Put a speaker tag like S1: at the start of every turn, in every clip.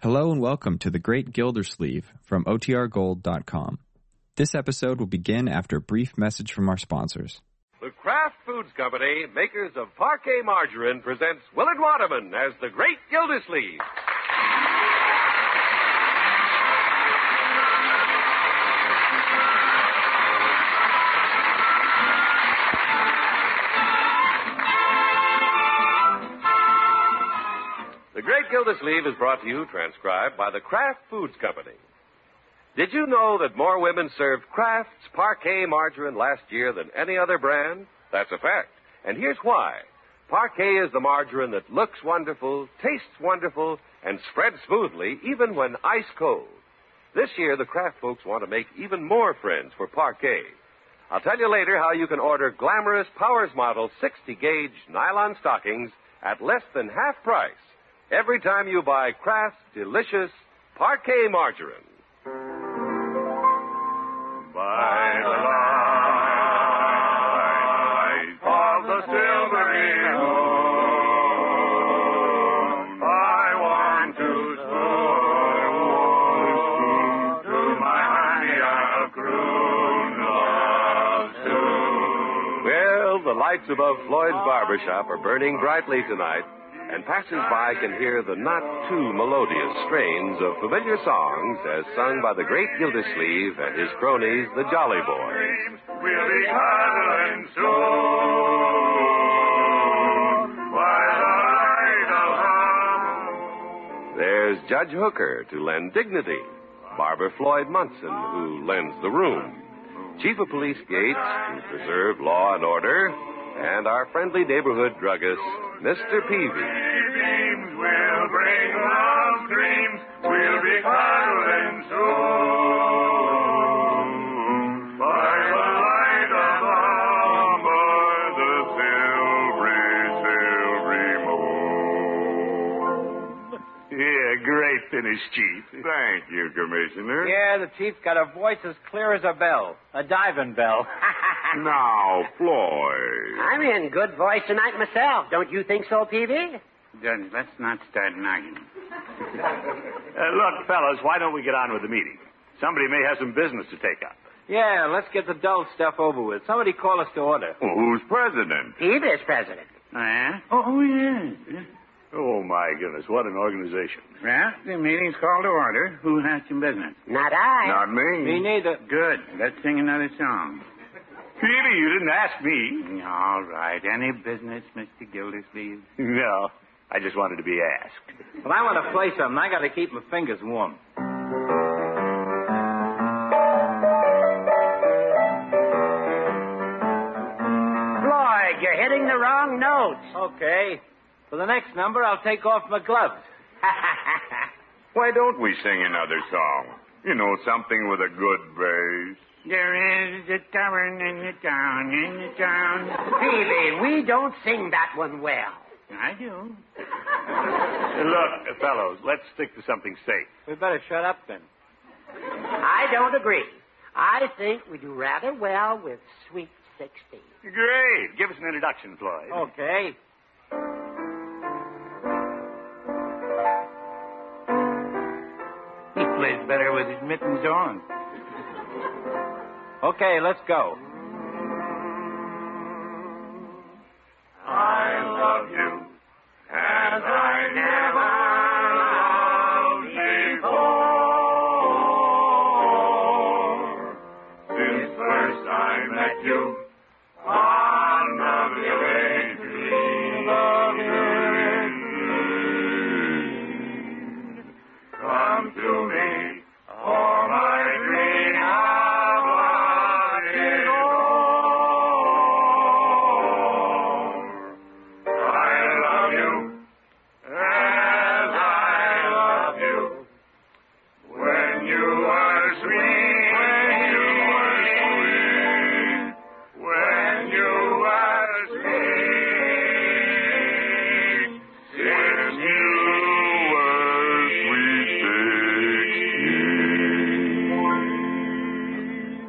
S1: Hello and welcome to The Great Gildersleeve from OTRGold.com. This episode will begin after a brief message from our sponsors.
S2: The Kraft Foods Company, makers of Parquet Margarine, presents Willard Waterman as the Great Gildersleeve. The Great Gildersleeve is brought to you, transcribed by the Kraft Foods Company. Did you know that more women served Kraft's Parquet Margarine last year than any other brand? That's a fact. And here's why. Parquet is the margarine that looks wonderful, tastes wonderful, and spreads smoothly even when ice cold. This year, the Kraft folks want to make even more friends for Parquet. I'll tell you later how you can order glamorous Powers Model 60 gauge nylon stockings at less than half price every time you buy Kraft's delicious Parquet Margarine. By the light of the silvery moon, I want to spoon to my honey I'll croon love soon. Well, the lights above Floyd's barber shop are burning brightly tonight, and passers-by can hear the not too melodious strains of familiar songs as sung by the great Gildersleeve and his cronies, the Jolly Boys.
S3: We'll be cuddling soon. By the light of
S2: There's Judge Hooker to lend dignity. Barbara Floyd Munson, who lends the room. Chief of Police Gates, to preserve law and order. And our friendly neighborhood druggist, Mr. Peavy.
S3: beams will bring love dreams. We'll be cuddling soon. By the light of love, by the silvery, silvery moon. Yeah, great finish, Chief. Thank you, Commissioner.
S4: Yeah, the chief's got a voice as clear as a bell, a diving bell.
S3: Now, Floyd.
S5: I'm in good voice tonight myself. Don't you think so, Peavy?
S6: Then let's not start nagging.
S3: Uh, look, fellas, why don't we get on with the meeting? Somebody may have some business to take up.
S4: yeah, let's get the dull stuff over with. Somebody call us to order.
S3: who's president?
S5: Peavy is president.
S6: Oh, yeah? Oh, oh, yeah.
S3: Oh, my goodness, what an organization.
S6: Well, the meeting's called to order. Who has some business?
S5: Not I.
S3: me.
S4: Me neither.
S6: Good. Let's sing another song.
S3: Peavy, you didn't ask me.
S6: All right. Any business, Mr. Gildersleeve?
S3: No, I just wanted to be asked.
S4: But I want to play something. I got to keep my fingers warm.
S5: Floyd, you're hitting the wrong notes.
S4: Okay. For the next number, I'll take off my gloves.
S3: Why don't we sing another song? You know, something with a good bass.
S6: There is a tavern in the town, in the town.
S5: Peavy, we don't sing that one well.
S6: I do.
S3: Look, fellows, let's stick to something safe.
S4: We better shut up then.
S5: I don't agree. I think we do rather well with Sweet 16.
S3: Great. Give us an introduction, Floyd.
S4: Okay.
S6: He plays better with his mittens on.
S4: Okay, let's go.
S3: I love you as I never loved before. Since first I met you, fond of you and dream of you in dreams. Come to me, for my dream of love is o'er. I love you as I love you. When you were sweet, when you were sweet, when you were sweet, since you were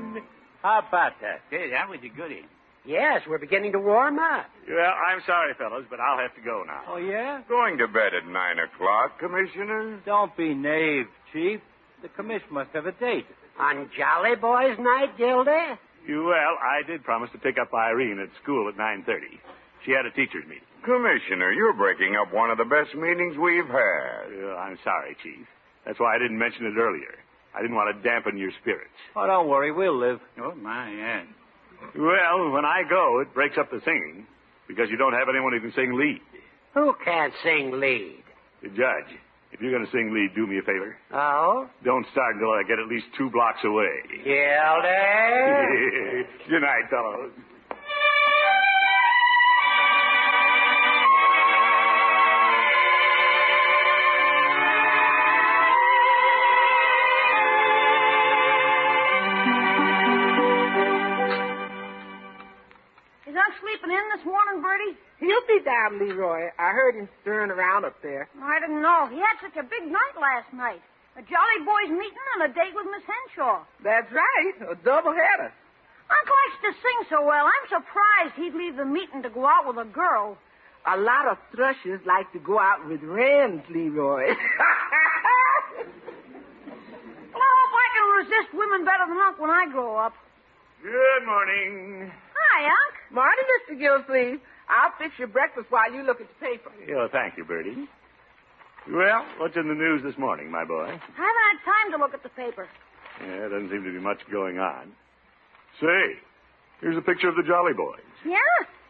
S3: sweet sixteen.
S4: How about that?
S6: Hey, that was a goodie.
S5: Yes, we're beginning to warm up.
S7: Well, I'm sorry, fellas, but I'll have to go now.
S4: Oh, yeah?
S8: Going to bed at nine o'clock, Commissioner?
S4: Don't be naive, Chief. The commission must have a date.
S5: On Jolly Boys Night, Gildy?
S7: You, well, I did promise to pick up Irene at school at 9.30. She had a teacher's meeting.
S8: Commissioner, you're breaking up one of the best meetings we've had.
S7: Uh, I'm sorry, Chief. That's why I didn't mention it earlier. I didn't want to dampen your spirits.
S4: Oh, don't worry. We'll live.
S6: Oh, my, yes.
S7: Well, when I go, it breaks up the singing because you don't have anyone who can sing lead.
S5: Who can't sing lead?
S7: The judge, if you're going to sing lead, do me a favor.
S5: Oh?
S7: Don't start until I get at least two blocks away.
S5: Gildy?
S7: Good night, fellows.
S9: Is Unc sleeping in this morning, Bertie?
S10: He'll be down, Leroy. I heard him stirring around up there.
S9: I didn't know. He had such a big night last night. A Jolly Boys meeting and a date with Miss Henshaw.
S10: That's right, a doubleheader.
S9: Unc likes to sing so well. I'm surprised he'd leave the meeting to go out with a girl.
S10: A lot of thrushes like to go out with wrens, Leroy.
S9: Well, I hope I can resist women better than Unc when I grow up.
S7: Good morning.
S9: Hi, Unc.
S10: Morning, Mr. Gillsleeve. I'll fix your breakfast while you look at the paper.
S7: Yeah, thank you, Bertie. Well, what's in the news this morning, my boy?
S9: I haven't had time to look at the paper.
S7: Yeah, doesn't seem to be much going on. Say, here's a picture of the Jolly Boys.
S9: Yeah?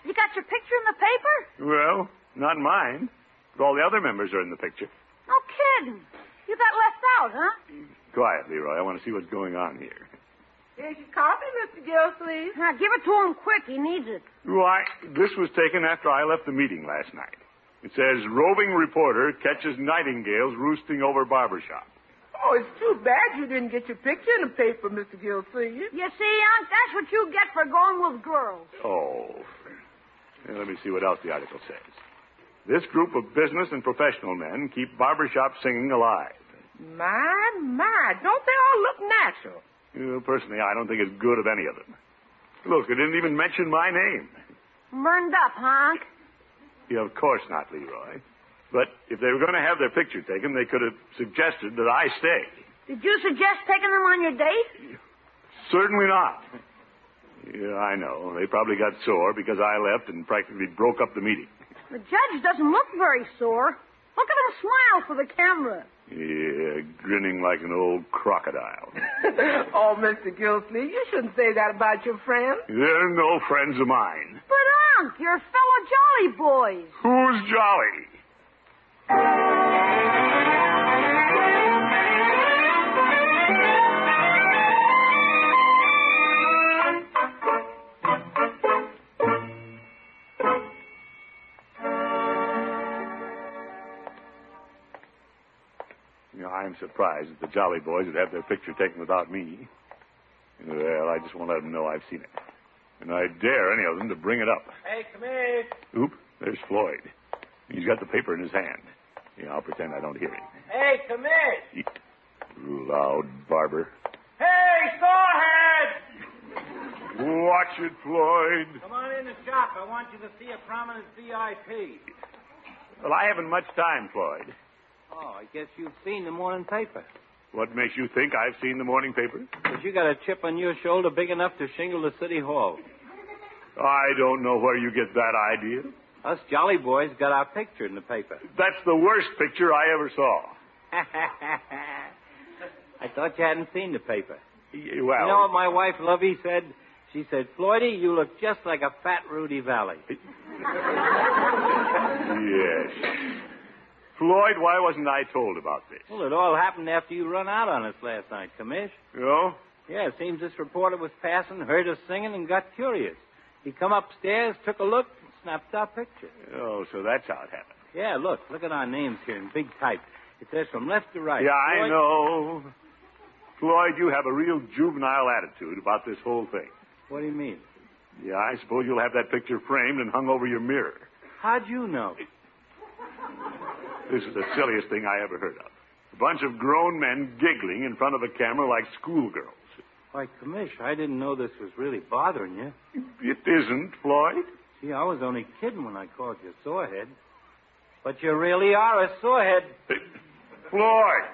S9: You got your picture in the paper?
S7: Well, not mine. But all the other members are in the picture.
S9: No kidding. You got left out, huh?
S7: Quiet, Leroy. I want to see what's going on here.
S10: Here's your coffee, Mr. Gillsleeve.
S9: Now, give it to him quick. He needs it.
S7: Why, this was taken after I left the meeting last night. It says, roving reporter catches nightingales roosting over barbershop.
S10: Oh, it's too bad you didn't get your picture in the paper, Mr. Gillsleeve.
S9: You see, Unc, that's what you get for going with girls.
S7: Oh. Yeah, let me see what else the article says. This group of business and professional men keep barbershop singing alive.
S10: My, my, don't they all look natural?
S7: You know, personally, I don't think it's good of any of them. Look, it didn't even mention my name.
S9: Burned up, huh? Unc?
S7: Yeah, of course not, Leroy. But if they were going to have their picture taken, they could have suggested that I stay.
S9: Did you suggest taking them on your date?
S7: Certainly not. Yeah, I know. They probably got sore because I left and practically broke up the meeting.
S9: The judge doesn't look very sore. Look at him smile for the camera.
S7: Yeah, grinning like an old crocodile.
S10: oh, Mr. Gillsleeve, you shouldn't say that about your friend.
S7: They're no friends of mine.
S9: But, Unc, you're fellow jolly boys.
S7: Who's jolly? You know, I'm surprised that the Jolly Boys would have their picture taken without me. Well, I just won't let them know I've seen it. And I dare any of them to bring it up.
S4: Hey, come here.
S7: Oop, there's Floyd. He's got the paper in his hand. Yeah, I'll pretend I don't hear him.
S4: Hey, come here.
S7: Loud barber.
S4: Hey, Sawhead!
S7: Watch it, Floyd.
S4: Come on in the shop. I want you to see a prominent VIP.
S7: Well, I haven't much time, Floyd.
S4: Oh, I guess you've seen the morning paper.
S7: What makes you think I've seen the morning paper?
S4: But you got a chip on your shoulder big enough to shingle the city hall.
S7: I don't know where you get that idea.
S4: Us jolly boys got our picture in the paper.
S7: That's the worst picture I ever saw.
S6: Uh,
S4: I thought you hadn't seen the paper.
S7: Y- Well,
S4: You know what my wife, Lovey, said? She said, Floydie, you look just like a fat Rudy Valley.
S7: yes. Floyd, why wasn't I told about this?
S4: Well, it all happened after you run out on us last night, Commish.
S7: You know?
S4: Yeah, it seems this reporter was passing, heard us singing, and got curious. He come upstairs, took a look, and snapped our picture.
S7: Oh, so that's how it happened.
S4: Yeah, look, look at our names here in big type. It says from left to right.
S7: Yeah, I
S4: Floyd-
S7: know. Floyd, you have a real juvenile attitude about this whole thing.
S4: What do you mean?
S7: Yeah, I suppose you'll have that picture framed and hung over your mirror.
S4: How'd you know?
S7: This is the silliest thing I ever heard of. A bunch of grown men giggling in front of a camera like schoolgirls.
S4: Why, Commish, I didn't know this was really bothering you.
S7: It isn't, Floyd.
S4: Gee, I was only kidding when I called you sorehead. But you really are a sorehead.
S7: Floyd!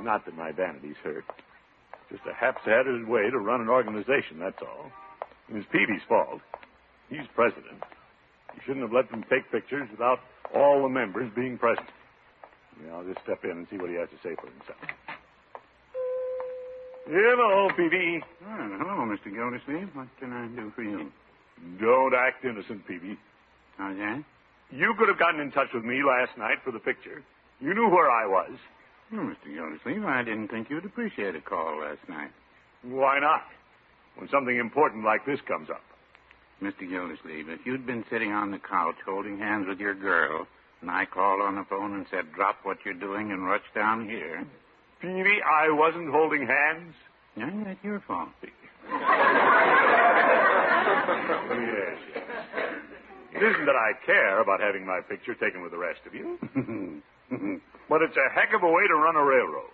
S7: Not that my vanity's hurt. Just a haphazard way to run an organization, that's all. It was Peavy's fault. He's president. You shouldn't have let them take pictures without all the members being present. Yeah, I'll just step in and see what he has to say for himself. Hello, Peavy.
S6: Oh, hello, Mr. Gildersleeve. What can I do for you?
S7: Don't act innocent, Peavy.
S6: How's that?
S7: You could have gotten in touch with me last night for the picture. You knew where I was.
S6: Well, Mr. Gildersleeve, I didn't think you'd appreciate a call last night.
S7: Why not? When something important like this comes up.
S6: Mr. Gildersleeve, if you'd been sitting on the couch holding hands with your girl, and I called on the phone and said, drop what you're doing and rush down here,
S7: Peavy, I wasn't holding hands.
S6: then that's your fault.
S7: Yes. It isn't that I care about having my picture taken with the rest of you, but it's a heck of a way to run a railroad.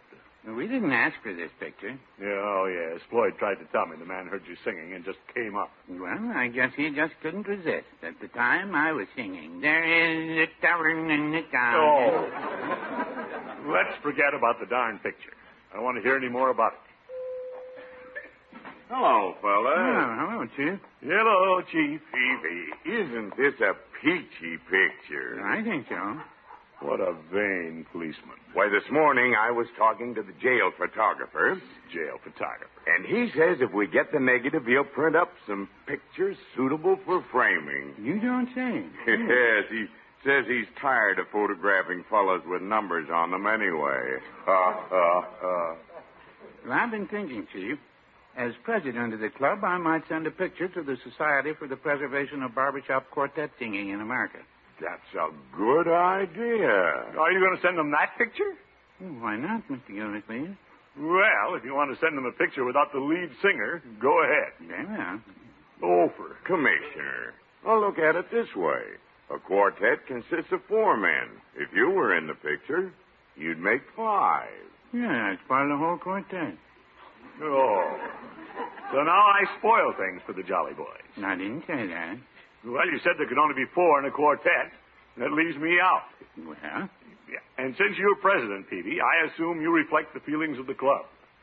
S6: we didn't ask for this picture.
S7: Yeah, oh, yes. Floyd tried to tell me the man heard you singing and just came up.
S6: Well, I guess he just couldn't resist. At the time, I was singing, There is a tavern in the town.
S7: Oh. Let's forget about the darn picture. I don't want to hear any more about it.
S8: Hello, fella.
S6: Oh, hello, Chief.
S7: Ah. Hello, Chief.
S8: Peavy, isn't this a peachy picture?
S6: I think so.
S7: What a vain policeman.
S8: Why, this morning I was talking to the jail photographer,
S7: Jail photographer.
S8: and he says if we get the negative, he'll print up some pictures suitable for framing.
S6: You don't say.
S7: Hmm.
S8: Yes, he says he's tired of photographing fellas with numbers on them anyway. Ha, ha, ha.
S6: Well, Uh, I've been thinking, Chief. As president of the club, I might send a picture to the Society for the Preservation of Barbershop Quartet Singing in America.
S8: That's a good idea.
S7: Are you going to send them that picture?
S6: Oh, Why not, Mr. Gildersleeve?
S7: Well, if you want to send them a picture without the lead singer, go ahead.
S6: Very well.
S7: Over.
S8: Commissioner, I'll look at it this way. A quartet consists of four men. If you were in the picture, you'd make five.
S6: Yeah, it's part of the whole quartet.
S7: Oh. So now I spoil things for the Jolly Boys.
S6: I didn't say that.
S7: Well, you said there could only be four in a quartet. That leaves me out.
S6: Well,
S7: Yeah. And since you're president, Peavy, I assume you reflect the feelings of the club.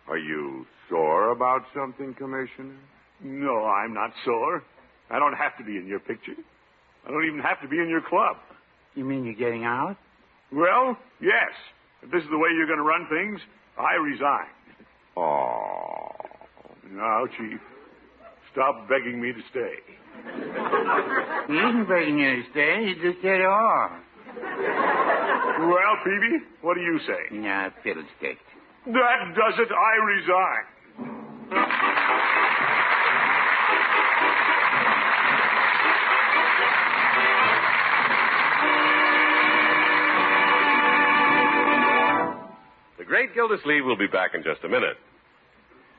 S8: Are you sore about something, Commissioner?
S7: No, I'm not sore. I don't have to be in your picture. I don't even have to be in your club.
S6: you mean you're getting out?
S7: Well, yes. If this is the way you're going to run things, I resign.
S8: Oh.
S7: Now, Chief, stop begging me to stay.
S6: He
S7: Hmm?
S6: isn't begging you to stay. He just said, oh.
S7: Well, Peavy, what do you say?
S6: Nah, fiddlestick.
S7: That does it. I resign.
S2: The great Gildersleeve will be back in just a minute.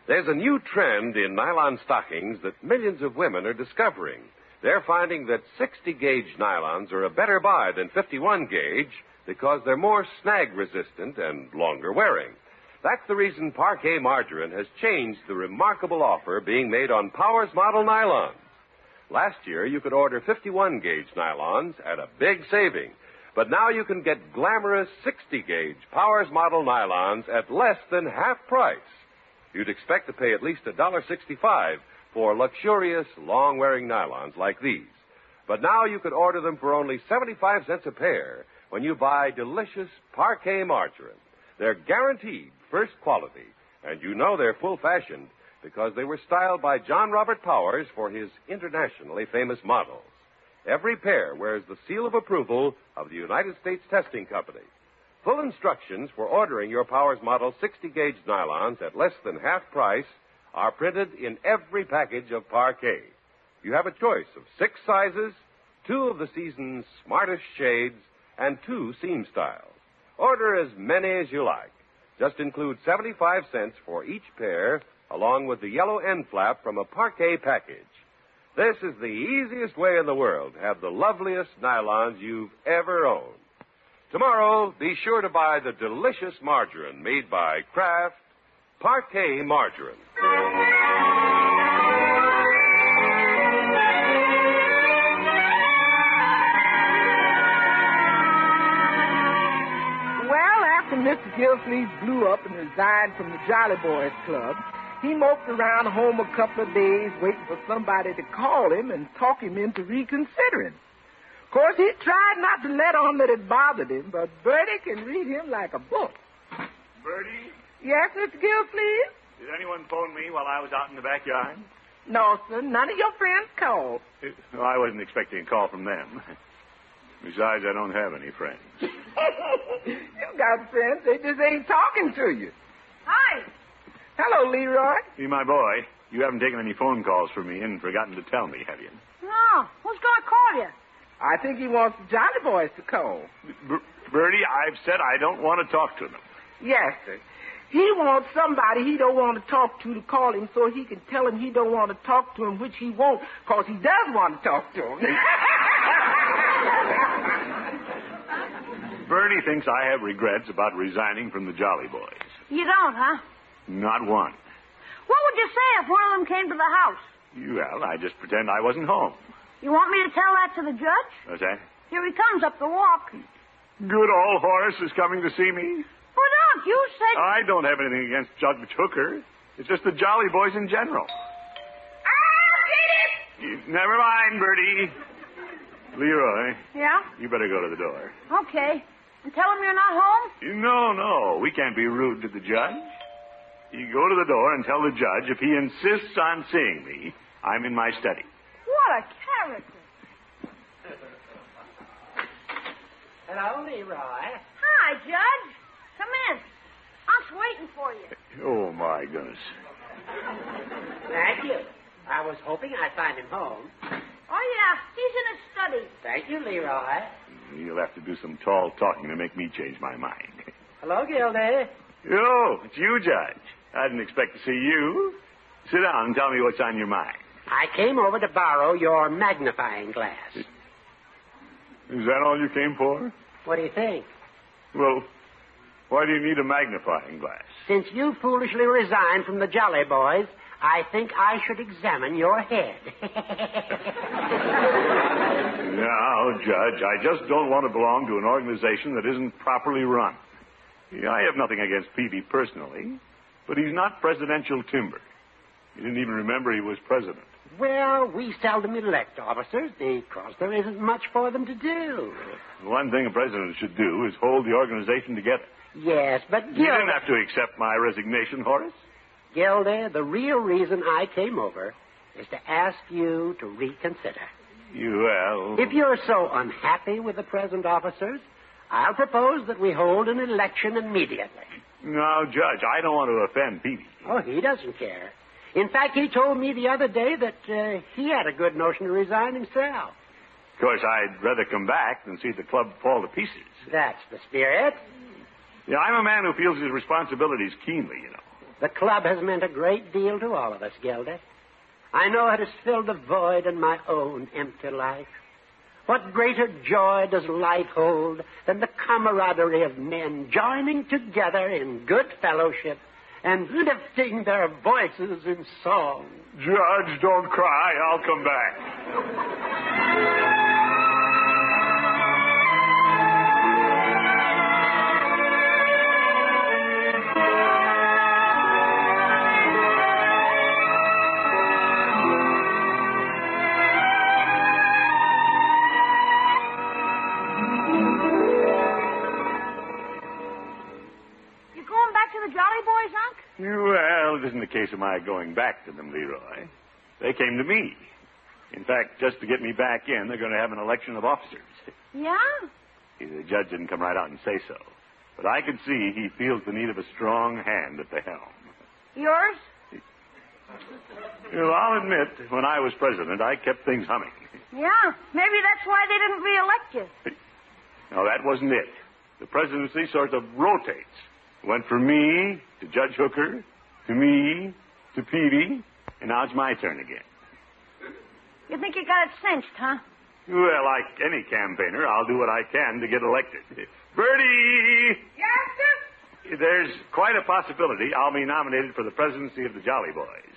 S2: There's a new trend in nylon stockings that millions of women are discovering. They're finding that 60 gauge nylons are a better buy than 51 gauge because they're more snag resistant and longer wearing. That's the reason Parquet Margarine has changed the remarkable offer being made on Powers model nylons. Last year, you could order 51 gauge nylons at a big saving. But now you can get glamorous 60 gauge Powers model nylons at less than half price. You'd expect to pay at least $1.65 for luxurious, long wearing nylons like these. But now you could order them for only 75 cents a pair when you buy delicious parquet margarine. They're guaranteed first quality, and you know they're full fashioned because they were styled by John Robert Powers for his internationally famous models. Every pair wears the seal of approval of the United States Testing Company. Full instructions for ordering your Powers Model 60 gauge nylons at less than half price are printed in every package of parquet. You have a choice of six sizes, two of the season's smartest shades, and two seam styles. Order as many as you like. Just include 75 cents for each pair, along with the yellow end flap from a parquet package. This is the easiest way in the world to have the loveliest nylons you've ever owned. Tomorrow, be sure to buy the delicious margarine made by Kraft Parquet Margarine.
S10: Well, after Mr. Gilsleeve blew up and resigned from the Jolly Boys Club, he moped around home a couple of days waiting for somebody to call him and talk him into reconsidering. Of course, he tried not to let on that it bothered him, but Bertie can read him like a book.
S7: Bertie,
S10: Yes, Mr. Gilsleeve?
S7: did anyone phone me while I was out in the backyard?
S10: No, sir, none of your friends called.
S7: Well, I wasn't expecting a call from them. Besides, I don't have any friends.
S10: you got friends, they just ain't talking to you.
S9: Hi.
S10: Hello, Leroy.
S7: See, my boy, you haven't taken any phone calls from me and forgotten to tell me, have you?
S9: No. Who's going to call you?
S10: I think he wants the Jolly Boys to call.
S7: Ber- Bertie, I've said I don't want to talk to them.
S10: Yes, sir. He wants somebody he don't want to talk to to call him so he can tell him he don't want to talk to him, which he won't, because he does want to talk to him.
S7: Bertie thinks I have regrets about resigning from the Jolly Boys.
S9: You don't, huh?
S7: Not one.
S9: What would you say if one of them came to the house?
S7: Well, I just pretend I wasn't home.
S9: You want me to tell that to the judge?
S7: Was I?
S9: Here he comes up the walk.
S7: Good old Horace is coming to see me.
S9: Well, don't you said
S7: I don't have anything against Judge Hooker. It's just the Jolly Boys in general.
S9: I'll Ah, get it.
S7: You- Never mind, Bertie. Leroy,
S9: Yeah.
S7: you better go to the door.
S9: Okay. And tell him you're not home.
S7: No, no, we can't be rude to the judge. You go to the door and tell the judge if he insists on seeing me, I'm in my study.
S9: What a character.
S5: Hello, Leroy.
S9: Hi, Judge. Come in. I was waiting for you.
S7: Oh, my goodness.
S5: Thank you. I was hoping I'd find him home.
S9: Oh, yeah. He's in his study.
S5: Thank you, Leroy.
S7: You'll have to do some tall talking to make me change my mind.
S5: Hello, Gildy.
S7: Oh, it's you, Judge. I didn't expect to see you. Sit down and tell me what's on your mind.
S5: I came over to borrow your magnifying glass.
S7: Is that all you came for?
S5: What do you think?
S7: Well, why do you need a magnifying glass?
S5: Since you foolishly resigned from the Jolly Boys, I think I should examine your head.
S7: Now, Judge, I just don't want to belong to an organization that isn't properly run. Yeah, I have nothing against Peavy personally, but he's not presidential timber. You didn't even remember he was president.
S5: well, we seldom elect officers because there isn't much for them to do.
S7: One thing a president should do is hold the organization together.
S5: Yes, but
S7: You
S5: Gildy,
S7: didn't have to accept my resignation, Horace.
S5: Gildy, the real reason I came over is to ask you to reconsider.
S7: You, well.
S5: If you're so unhappy with the present officers, I'll propose that we hold an election immediately.
S7: Now, Judge, I don't want to offend Peavy.
S5: Oh, he doesn't care. In fact, he told me the other day that uh, he had a good notion to resign himself.
S7: Of course, I'd rather come back than see the club fall to pieces.
S5: That's the spirit.
S7: Yeah, I'm a man who feels his responsibilities keenly, you know.
S5: The club has meant a great deal to all of us, Gilda. I know it has filled a void in my own empty life. What greater joy does life hold than the camaraderie of men joining together in good fellowship and lifting their voices in song?
S7: Judge, don't cry. I'll come back.
S9: You going back to the Jolly Boys, Unc?
S7: Well, it isn't a case of my going back to them, Leroy. They came to me. In fact, just to get me back in, they're going to have an election of officers.
S9: Yeah?
S7: The judge didn't come right out and say so. But I could see he feels the need of a strong hand at the helm.
S9: Yours?
S7: Well, I'll admit, when I was president, I kept things humming.
S9: Yeah. Maybe that's why they didn't reelect you.
S7: Now, that wasn't it. The presidency sort of rotates. Went from me to Judge Hooker to me to Peavy, and now it's my turn again.
S9: You think you got it cinched, huh?
S7: Well, like any campaigner, I'll do what I can to get elected. Bertie!
S9: Yes, sir.
S7: There's quite a possibility I'll be nominated for the presidency of the Jolly Boys.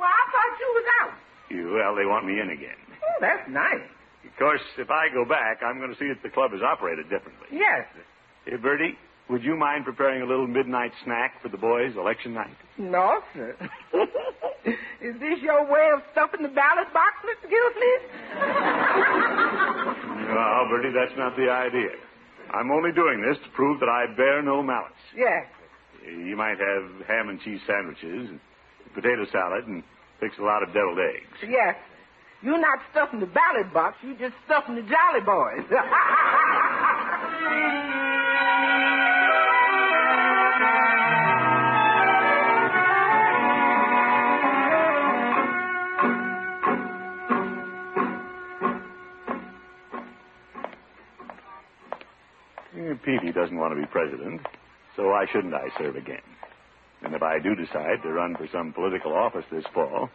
S9: Well, I thought you was out.
S7: Well, they want me in again.
S10: Oh, that's nice.
S7: Of course, if I go back, I'm going to see that the club is operated differently.
S10: Yes.
S7: Hey, Bertie, would you mind preparing a little midnight snack for the boys election night?
S10: No, sir. Is this your way of stuffing the ballot box, Mr. Gilfleet?
S7: No, Bertie, that's not the idea. I'm only doing this to prove that I bear no malice.
S10: yes.
S7: You might have ham and cheese sandwiches, and potato salad, and fix a lot of deviled eggs.
S10: Yes. You're not stuffing the ballot box. You're just stuffing the Jolly Boys.
S7: Eh, Peavy doesn't want to be president, so why shouldn't I serve again? And if I do decide to run for some political office this fall,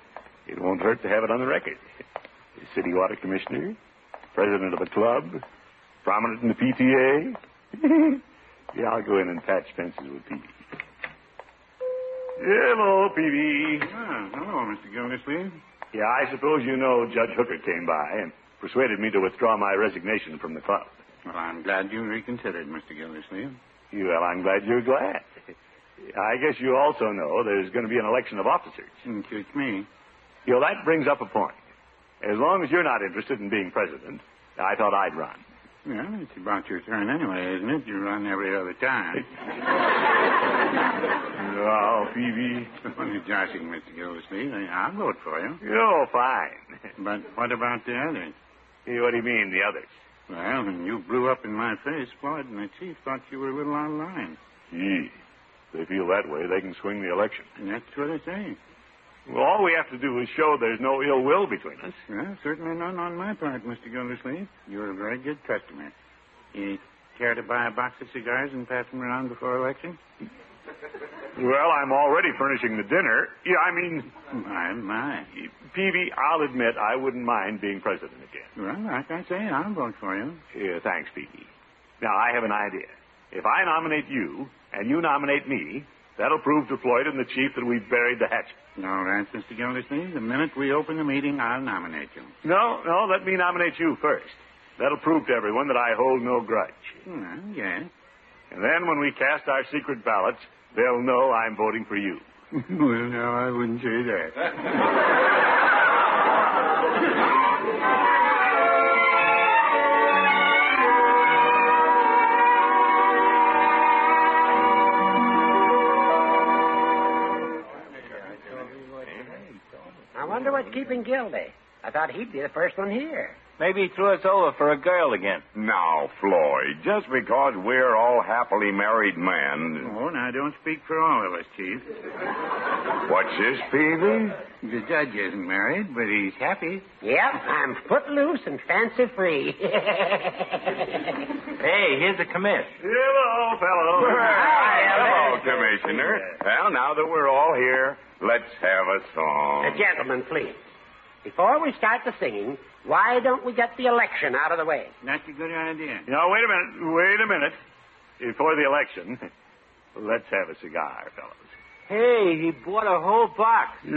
S7: it won't hurt to have it on the record. City water commissioner, president of a club, prominent in the PTA. yeah, I'll go in and patch fences with Peavy. Hello, Peavy.
S6: Ah, hello, Mr. Gildersleeve.
S7: Yeah, I suppose you know Judge Hooker came by and persuaded me to withdraw my resignation from the club.
S6: Well, I'm glad you reconsidered, Mr. Gildersleeve.
S7: Well, I'm glad you're glad. I guess you also know there's going to be an election of officers.
S6: Excuse Hmm, me.
S7: You know, that brings up a point. As long as you're not interested in being president, I thought I'd run.
S6: Well, it's about your turn anyway, isn't it? You run every other time.
S7: Oh, Phoebe.
S6: Well, you're joshing, Mr. Gildersleeve. I'll vote for you.
S7: You're fine.
S6: But what about the others?
S7: Hey, what do you mean, the others?
S6: Well, when you blew up in my face, Floyd and the chief thought you were a little out of line.
S7: Gee, they feel that way, they can swing the election.
S6: And that's what I say.
S7: Well, all we have to do is show there's no ill will between us.
S6: Well, certainly none on my part, Mr. Gildersleeve. You're a very good customer. You care to buy a box of cigars and pass them around before election?
S7: Well, I'm already furnishing the dinner. Yeah, I mean,
S6: My, my.
S7: Peavy, I'll admit I wouldn't mind being president again.
S6: Well, like I say, I'll vote for you.
S7: Yeah, thanks, Peavy. Now, I have an idea. If I nominate you, and you nominate me, that'll prove to Floyd and the chief that we've buried the hatchet.
S6: All right, Mr. Gildersleeve. The minute we open the meeting, I'll nominate you.
S7: No, no, let me nominate you first. That'll prove to everyone that I hold no grudge.
S6: Well, yes.
S7: And then when we cast our secret ballots, they'll know I'm voting for you.
S6: well, no, I wouldn't say that.
S5: I wonder what's keeping Gildy. I thought he'd be the first one here.
S4: Maybe he threw us over for a girl again.
S8: Now, Floyd, just because we're all happily married men,
S6: Oh, now don't speak for all of us, Chief.
S8: what's this, Peavy?
S6: The judge isn't married, but he's happy.
S5: Yep, I'm footloose and fancy free.
S4: Hey, here's a commiss.
S7: Hello, fellow.
S8: Hello, Oh, Commissioner. Well, now that we're all here, let's have a
S5: Uh,
S8: song.
S5: gentlemen, please. Before we start the singing, why don't we get the election out of the way?
S6: That's a good idea.
S7: Now, wait a minute. Wait a minute. Before the election, let's have a cigar, fellows.
S4: Hey, he bought a whole box.
S7: Yep.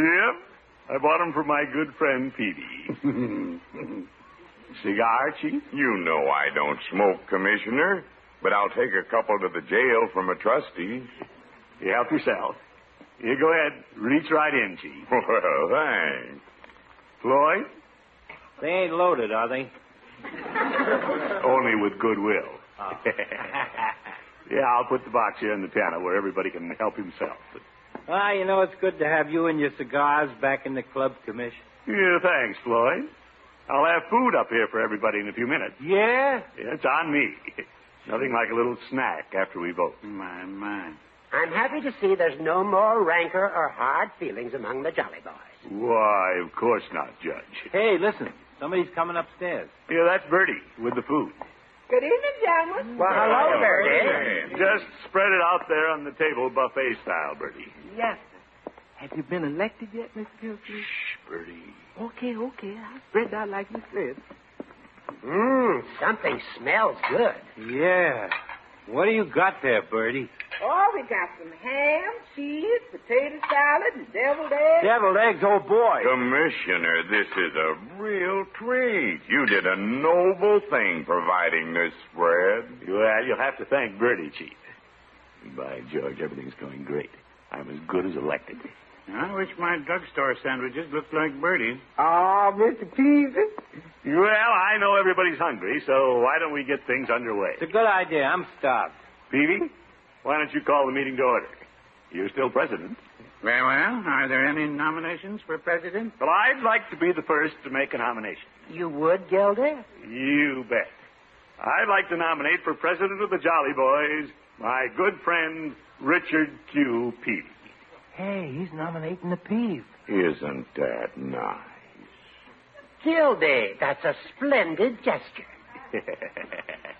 S7: I bought 'em for my good friend Peavy. Cigar, Chief?
S8: You know I don't smoke, Commissioner, but I'll take a couple to the jail from a trustee.
S7: You help yourself. You go ahead. Reach right in, Chief.
S8: Well, thanks.
S7: Floyd,
S4: They ain't loaded, are they?
S7: only with goodwill.
S4: Oh.
S7: yeah, I'll put the box here on the piano where everybody can help himself.
S4: Ah, you know, it's good to have you and your cigars back in the club, Commish.
S7: Yeah, thanks, Floyd. I'll have food up here for everybody in a few minutes.
S4: Yeah?
S7: It's on me. Nothing like a little snack after we vote.
S6: My, my.
S5: I'm happy to see there's no more rancor or hard feelings among the Jolly Boys.
S7: Why, of course not, Judge.
S4: Hey, listen. Somebody's coming upstairs.
S7: Yeah, that's Bertie with the food.
S11: Good evening, gentlemen.
S10: Well, hello, Bertie.
S7: Just spread it out there on the table, buffet style, Bertie.
S10: Yes, sir. Have you been elected yet, Miss Gilfrey?
S7: Bertie.
S10: Okay, okay. I spread out like you said. Hmm,
S5: Mmm, something smells good.
S4: Yeah. What do you got there, Bertie?
S11: Oh, we got some ham, cheese, potato salad, and deviled eggs.
S4: Deviled eggs, oh boy.
S8: Commissioner, this is a real treat. You did a noble thing providing this spread.
S7: Well, you'll have to thank Bertie, Chief. By George, everything's going great. I'm as good as elected.
S6: I wish my drugstore sandwiches looked like Bertie's.
S7: Ah,
S10: Oh, Mr. Peasy.
S7: Well, I know everybody's hungry, so why don't we get things underway?
S4: It's a good idea. I'm starved.
S7: Peavy, why don't you call the meeting to order? You're still president.
S6: Very well. Are there any nominations for president?
S7: Well, I'd like to be the first to make a nomination.
S5: You would, Gilda?
S7: You bet. I'd like to nominate for president of the Jolly Boys my good friend, Richard Q. Peavy.
S10: Hey, he's nominating the peeve.
S8: Isn't that nice?
S5: Gildy, that's a splendid gesture.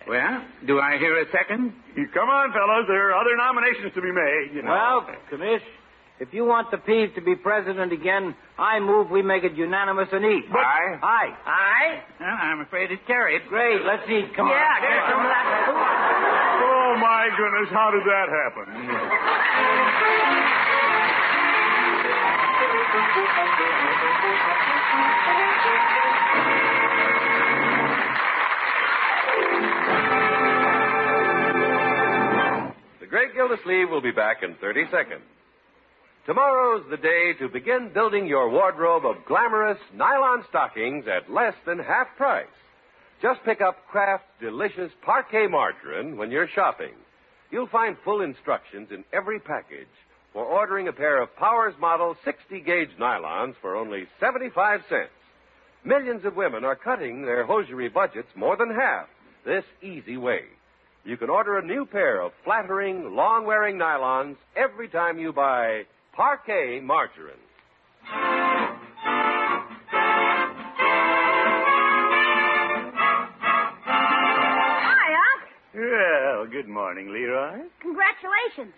S6: Well, Uh, do I hear a second?
S7: You Come on, fellows. There are other nominations to be made. You know.
S4: Well, Commish, if you want the Pease to be president again, I move we make it unanimous and eat.
S8: Aye.
S4: Aye.
S5: I?
S6: Well, I'm afraid it carried.
S4: Great. Let's eat. Come
S5: Yeah,
S4: on.
S5: get some of that food.
S7: Oh, my goodness. How did that happen?
S2: The Great Gildersleeve will be back in 30 seconds. Tomorrow's the day to begin building your wardrobe of glamorous nylon stockings at less than half price. Just pick up Kraft's delicious parquet margarine when you're shopping. You'll find full instructions in every package for ordering a pair of Powers Model 60 gauge nylons for only 75 cents. Millions of women are cutting their hosiery budgets more than half this easy way. You can order a new pair of flattering, long wearing nylons every time you buy Parquet Margarine.
S9: Hi, Unc.
S7: Well, good morning, Leroy.
S9: Congratulations.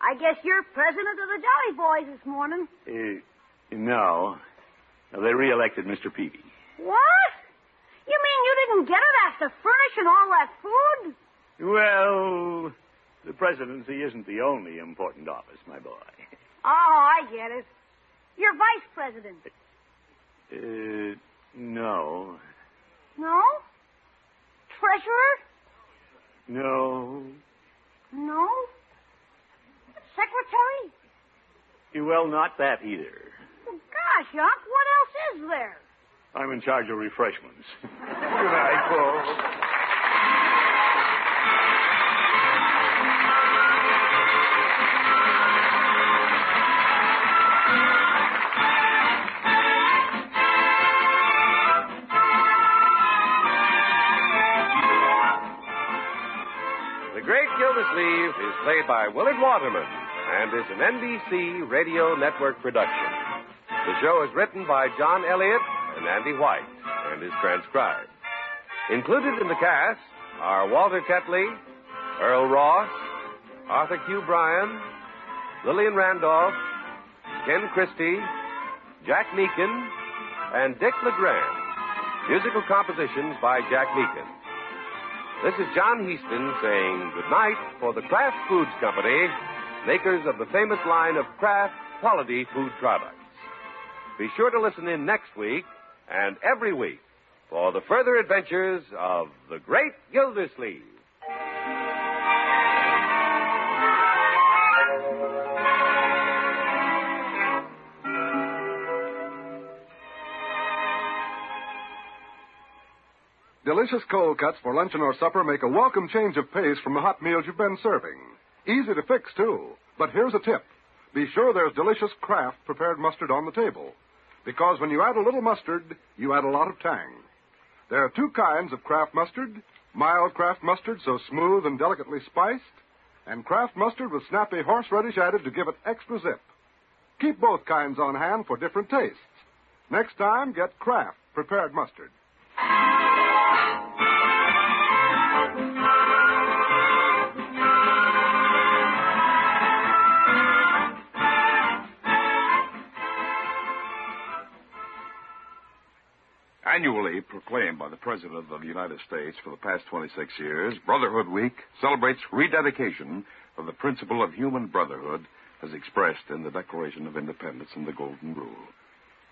S9: I guess you're president of the Jolly Boys this morning.
S7: Uh, no. No, They reelected Mr. Peavy.
S9: What? You mean you didn't get it after furnishing all that food?
S7: Well, the presidency isn't the only important office, my boy.
S9: Oh, I get it. You're vice president.
S7: Uh, no.
S9: No? Treasurer?
S7: No.
S9: No? Secretary?
S7: Well, not that either.
S9: Well, gosh, Unc, what else is there?
S7: I'm in charge of refreshments. Good night, folks.
S2: The Great Gildersleeve is played by Willard Waterman and is an NBC Radio Network production. The show is written by John Elliott and Andy White and is transcribed. Included in the cast are Walter Tetley, Earl Ross, Arthur Q. Bryan, Lillian Randolph, Ken Christie, Jack Meekin, and Dick LeGrand. Musical compositions by Jack Meekin. This is John Heaston saying good night for the Kraft Foods Company, makers of the famous line of Kraft quality food products. Be sure to listen in next week and every week for the further adventures of the Great Gildersleeve.
S12: Delicious cold cuts for luncheon or supper make a welcome change of pace from the hot meals you've been serving. Easy to fix, too. But here's a tip be sure there's delicious Kraft prepared mustard on the table. Because when you add a little mustard, you add a lot of tang. There are two kinds of Kraft mustard mild Kraft mustard, so smooth and delicately spiced, and Kraft mustard with snappy horseradish added to give it extra zip. Keep both kinds on hand for different tastes. Next time, get Kraft prepared mustard.
S2: annually proclaimed by the President of the United States for the past 26 years, Brotherhood Week celebrates rededication of the principle of human brotherhood as expressed in the Declaration of Independence and the Golden Rule.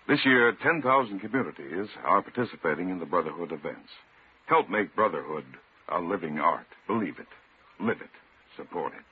S2: This year, 10,000 communities are participating in the Brotherhood events. Help make Brotherhood a living art. Believe it, live it, support it.